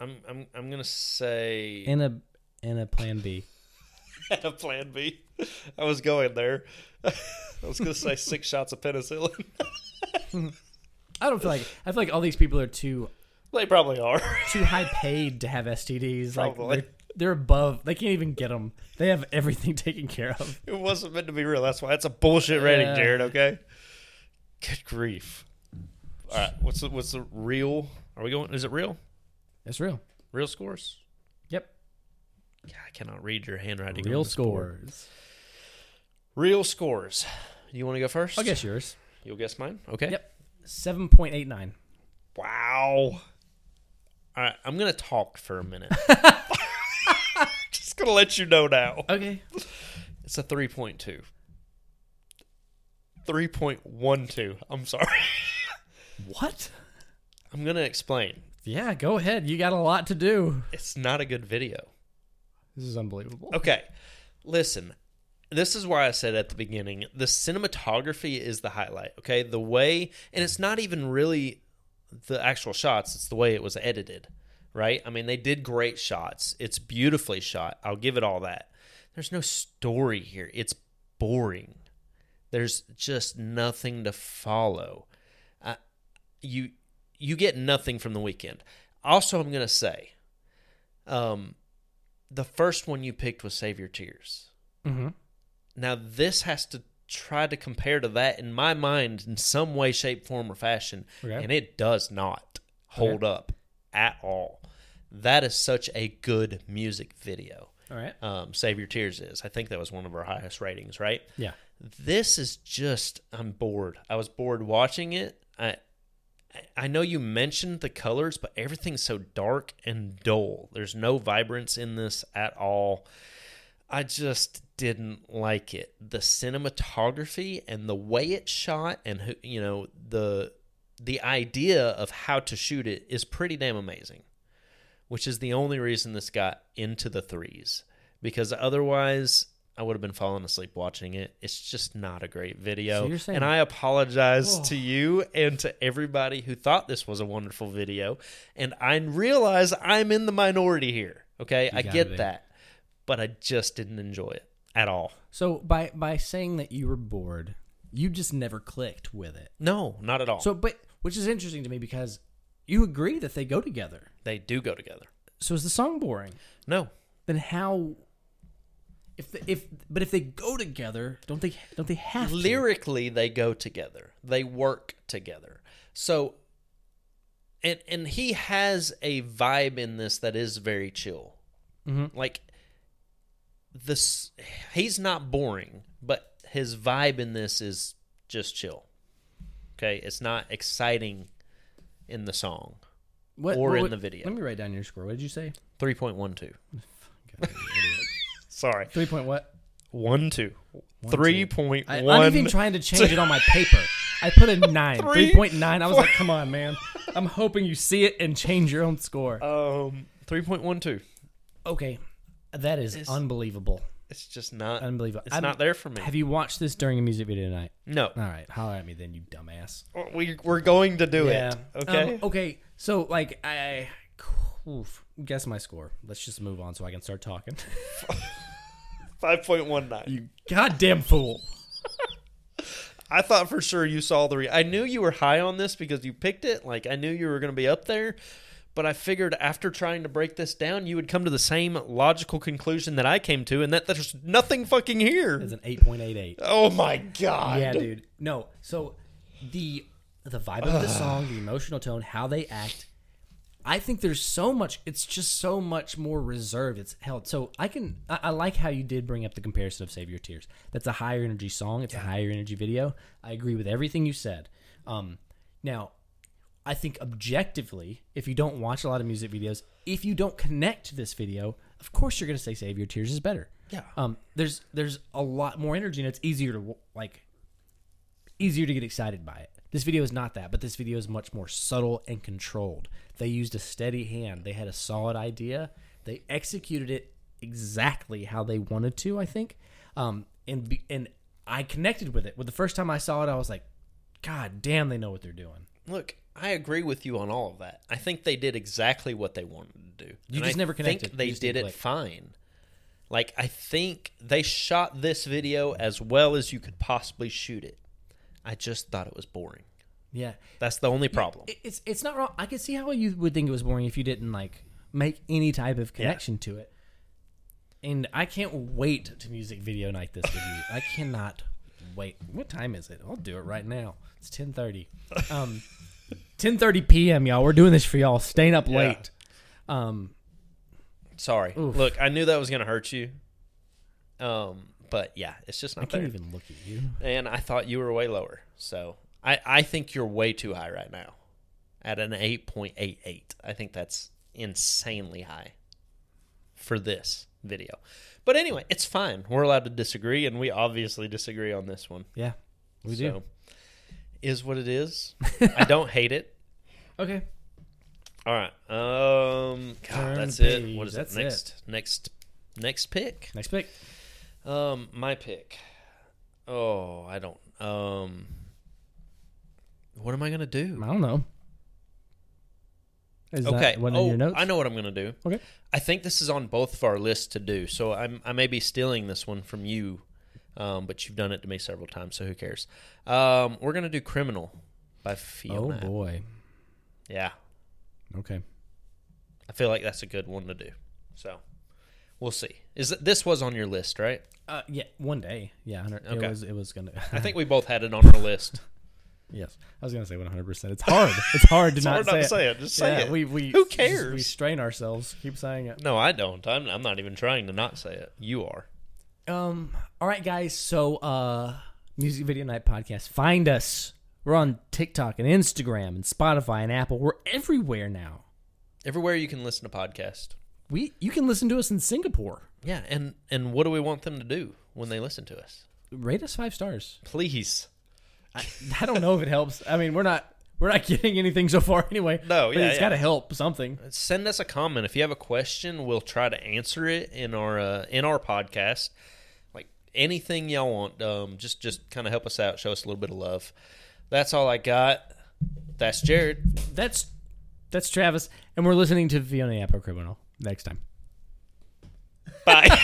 Speaker 2: I'm I'm I'm going to say
Speaker 1: And a and a plan B.
Speaker 2: had a plan B. I was going there. I was going to say six shots of penicillin.
Speaker 1: I don't feel like I feel like all these people are too
Speaker 2: they probably are.
Speaker 1: too high paid to have STDs.
Speaker 2: Probably.
Speaker 1: Like they're, they're above. They can't even get them. They have everything taken care of.
Speaker 2: It wasn't meant to be real. That's why it's a bullshit rating,
Speaker 1: Yeah.
Speaker 2: Jared. Okay. Good grief. All right. What's the what's the real? Are we going? Is it real?
Speaker 1: That's real.
Speaker 2: Real scores?
Speaker 1: Yep.
Speaker 2: God, I cannot read your handwriting. on
Speaker 1: Real
Speaker 2: this board.
Speaker 1: scores.
Speaker 2: Real scores. You want to go first?
Speaker 1: I'll guess yours.
Speaker 2: You'll guess mine. Okay.
Speaker 1: Yep. 7.89.
Speaker 2: Wow. All right. I'm gonna talk for a minute. Just gonna let you know now.
Speaker 1: Okay.
Speaker 2: It's a 3.2. 3.12. I'm sorry.
Speaker 1: What?
Speaker 2: I'm going to explain.
Speaker 1: Yeah, go ahead. You got a lot to do.
Speaker 2: It's not a good video.
Speaker 1: This is unbelievable.
Speaker 2: Okay. Listen, this is why I said at the beginning the cinematography is the highlight. Okay. The way, and it's not even really the actual shots, it's the way it was edited, right? I mean, they did great shots. It's beautifully shot. I'll give it all that. There's no story here. It's boring. There's just nothing to follow. I, you you get nothing from the weekend. Also, I'm gonna say, um, the first one you picked was Save Your Tears.
Speaker 1: Mm-hmm.
Speaker 2: Now, this has to try to compare to that in my mind in some way, shape, form, or fashion.
Speaker 1: Okay.
Speaker 2: And it does not hold up at all. That is such a good music video.
Speaker 1: All right.
Speaker 2: Um, Save Your Tears is. I think that was one of our highest ratings, right?
Speaker 1: Yeah.
Speaker 2: This is just, I'm bored. I was bored watching it. I, I know you mentioned the colors, but everything's so dark and dull. There's no vibrance in this at all. I just didn't like it. The cinematography and the way it's shot and who, you know, the the idea of how to shoot it is pretty damn amazing. Which is the only reason this got into the threes because otherwise I would have been falling asleep watching it. It's just not a great video.
Speaker 1: So you're saying-
Speaker 2: and I apologize
Speaker 1: Oh.
Speaker 2: to you and to everybody who thought this was a wonderful video. And I realize I'm in the minority here. Okay. I
Speaker 1: gotta
Speaker 2: get
Speaker 1: be.
Speaker 2: that. But I just didn't enjoy it at all.
Speaker 1: So by by saying that you were bored, you just never clicked with it.
Speaker 2: No, not at all.
Speaker 1: So, but which is interesting to me because you agree that they go together.
Speaker 2: they do go together.
Speaker 1: So is the song boring?
Speaker 2: No.
Speaker 1: Then how? If the, if but if they go together, don't they don't they have to?
Speaker 2: Lyrically, they go together. They work together. So and and he has a vibe in this that is very chill.
Speaker 1: Mhm.
Speaker 2: Like this he's not boring, but his vibe in this is just chill. Okay? It's not exciting in the song.
Speaker 1: What-
Speaker 2: or
Speaker 1: what-
Speaker 2: in
Speaker 1: what-
Speaker 2: the video.
Speaker 1: Let me write down your score. What did you say?
Speaker 2: 3.12.
Speaker 1: God,
Speaker 2: Sorry.
Speaker 1: Three point what?
Speaker 2: 1 2.
Speaker 1: One, two.
Speaker 2: 3.1.
Speaker 1: I, I'm even trying to change it on my paper. I put a nine,
Speaker 2: Three,
Speaker 1: three point nine. I was like, come on, man. I'm hoping you see it and change your own score.
Speaker 2: um
Speaker 1: Uh,
Speaker 2: 3.12.
Speaker 1: Okay, that is unbelievable.
Speaker 2: It's just not
Speaker 1: Unbelievable.
Speaker 2: It's
Speaker 1: I'm-
Speaker 2: not there for me.
Speaker 1: Have you watched this during a music video tonight?
Speaker 2: no.
Speaker 1: All right, holler at me then, you dumbass.
Speaker 2: We we're going to do it. Okay.
Speaker 1: Um, okay. So like I, oof, guess my score. Let's just move on so I can start talking. oh.
Speaker 2: 5.19.
Speaker 1: you goddamn fool.
Speaker 2: I thought for sure you saw the re- I knew you were high on this because you picked it. Like I knew you were going to be up there, but I figured after trying to break this down, you would come to the same logical conclusion that I came to and that there's nothing fucking here.
Speaker 1: It's an eight point eight eight.
Speaker 2: Oh my god.
Speaker 1: Yeah, dude. No. So the the vibe of the song, the emotional tone, how they act. I think there's so much. It's just so much more reserved. It's held. So I can. I, I like how you did bring up the comparison of "Save Your Tears." That's a higher energy song. It's a higher energy video. I agree with everything you said. Um, now, I think objectively, if you don't watch a lot of music videos, if you don't connect to this video, of course you're gonna say "Save Your Tears" is better.
Speaker 2: Yeah.
Speaker 1: um, there's there's a lot more energy and it's easier to w- like easier to get excited by it. This video is not that, but this video is much more subtle and controlled. They used a steady hand. They had a solid idea. They executed it exactly how they wanted to. I think, um, and be, and I connected with it. With the first time I saw it, I was like, God damn, they know what they're doing.
Speaker 2: Look, I agree with you on all of that. I think they did exactly what they wanted to do.
Speaker 1: You
Speaker 2: And
Speaker 1: just
Speaker 2: I
Speaker 1: never
Speaker 2: Think
Speaker 1: connected.
Speaker 2: they
Speaker 1: You just
Speaker 2: did
Speaker 1: didn't
Speaker 2: it
Speaker 1: click.
Speaker 2: fine. Like I think they shot this video as well as you could possibly shoot it. I just thought it was boring.
Speaker 1: Yeah,
Speaker 2: That's the only problem.
Speaker 1: It- it's it's not wrong. I could see how you would think it was boring if you didn't like make any type of connection to it. And I can't wait to music video night this with you. I cannot wait. What time is it? I'll do it right now. It's ten thirty. Um, ten thirty p.m. Y'all, we're doing this for y'all. Staying up late. Um,
Speaker 2: Sorry.
Speaker 1: Oof.
Speaker 2: Look, I knew that was gonna hurt you. Um, but yeah, it's just
Speaker 1: I
Speaker 2: not
Speaker 1: can't
Speaker 2: there.
Speaker 1: even look at you.
Speaker 2: And I thought you were way lower. So I, I think you're way too high right now. At an eight point eight eight. I think that's insanely high for this video. But anyway, it's fine. We're allowed to disagree, and we obviously disagree on this one.
Speaker 1: Yeah, we do.
Speaker 2: Is what it is. I don't hate it.
Speaker 1: Okay.
Speaker 2: All right. Um God,
Speaker 1: Turn
Speaker 2: that's
Speaker 1: the
Speaker 2: it. What
Speaker 1: page.
Speaker 2: is
Speaker 1: That's
Speaker 2: it? Next next next pick.
Speaker 1: Next pick.
Speaker 2: Um, my pick. Oh, I don't. Um, what am I gonna
Speaker 1: I
Speaker 2: do?
Speaker 1: don't know. Is
Speaker 2: Okay.
Speaker 1: That one
Speaker 2: oh,
Speaker 1: in your notes?
Speaker 2: I know what I'm gonna do.
Speaker 1: Okay.
Speaker 2: I think this is on both of our lists to do. So I'm I may be stealing this one from you, um, but you've done it to me several times. So who cares? Um, we're gonna do "Criminal" by
Speaker 1: Oh
Speaker 2: Fiona.
Speaker 1: boy.
Speaker 2: Yeah,
Speaker 1: Okay.
Speaker 2: I feel like that's a good one to do. So we'll see. Is it, this was on your list, right?
Speaker 1: Uh, yeah, one day. Yeah, 100,
Speaker 2: Okay.
Speaker 1: it was. It was gonna.
Speaker 2: I think we both had it on our list.
Speaker 1: yes, I was gonna say 100. percent It's hard. It's hard to
Speaker 2: It's
Speaker 1: not
Speaker 2: hard
Speaker 1: say
Speaker 2: not to
Speaker 1: it.
Speaker 2: say it. Just say
Speaker 1: Yeah,
Speaker 2: it.
Speaker 1: We, we
Speaker 2: Who
Speaker 1: just-
Speaker 2: cares?
Speaker 1: we strain ourselves. Keep saying it.
Speaker 2: No, I don't. I'm, I'm not even trying to not say it. You are.
Speaker 1: Um. All right, guys. So, uh, music video night podcast. Find us. We're on TikTok and Instagram and Spotify and Apple. We're everywhere now.
Speaker 2: Everywhere you can listen to podcast.
Speaker 1: We you can listen to us in Singapore.
Speaker 2: Yeah, and and what do we want them to do when they listen to us?
Speaker 1: Rate us five stars.
Speaker 2: Please.
Speaker 1: I, I don't know if it helps. I mean, we're not we're not getting anything so far anyway.
Speaker 2: No,
Speaker 1: but
Speaker 2: yeah,
Speaker 1: it's
Speaker 2: yeah.
Speaker 1: got to help something.
Speaker 2: Send us a comment if you have a question. We'll try to answer it in our uh, in our podcast. Like anything y'all want, um, just just kind of help us out, show us a little bit of love. That's all I got. That's Jared.
Speaker 1: That's that's Travis, and we're listening to Fiona Apple Criminal next time.
Speaker 2: Bye.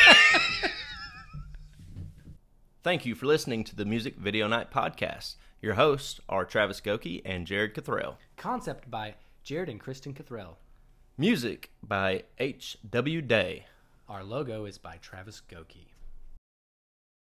Speaker 3: Thank you for listening to the Music Video Night Podcast. Your hosts are Travis Goki and Jared Cathrell.
Speaker 1: Concept by Jared and Kristen Cathrell.
Speaker 3: Music by H.W. Day.
Speaker 1: Our logo is by Travis Goki.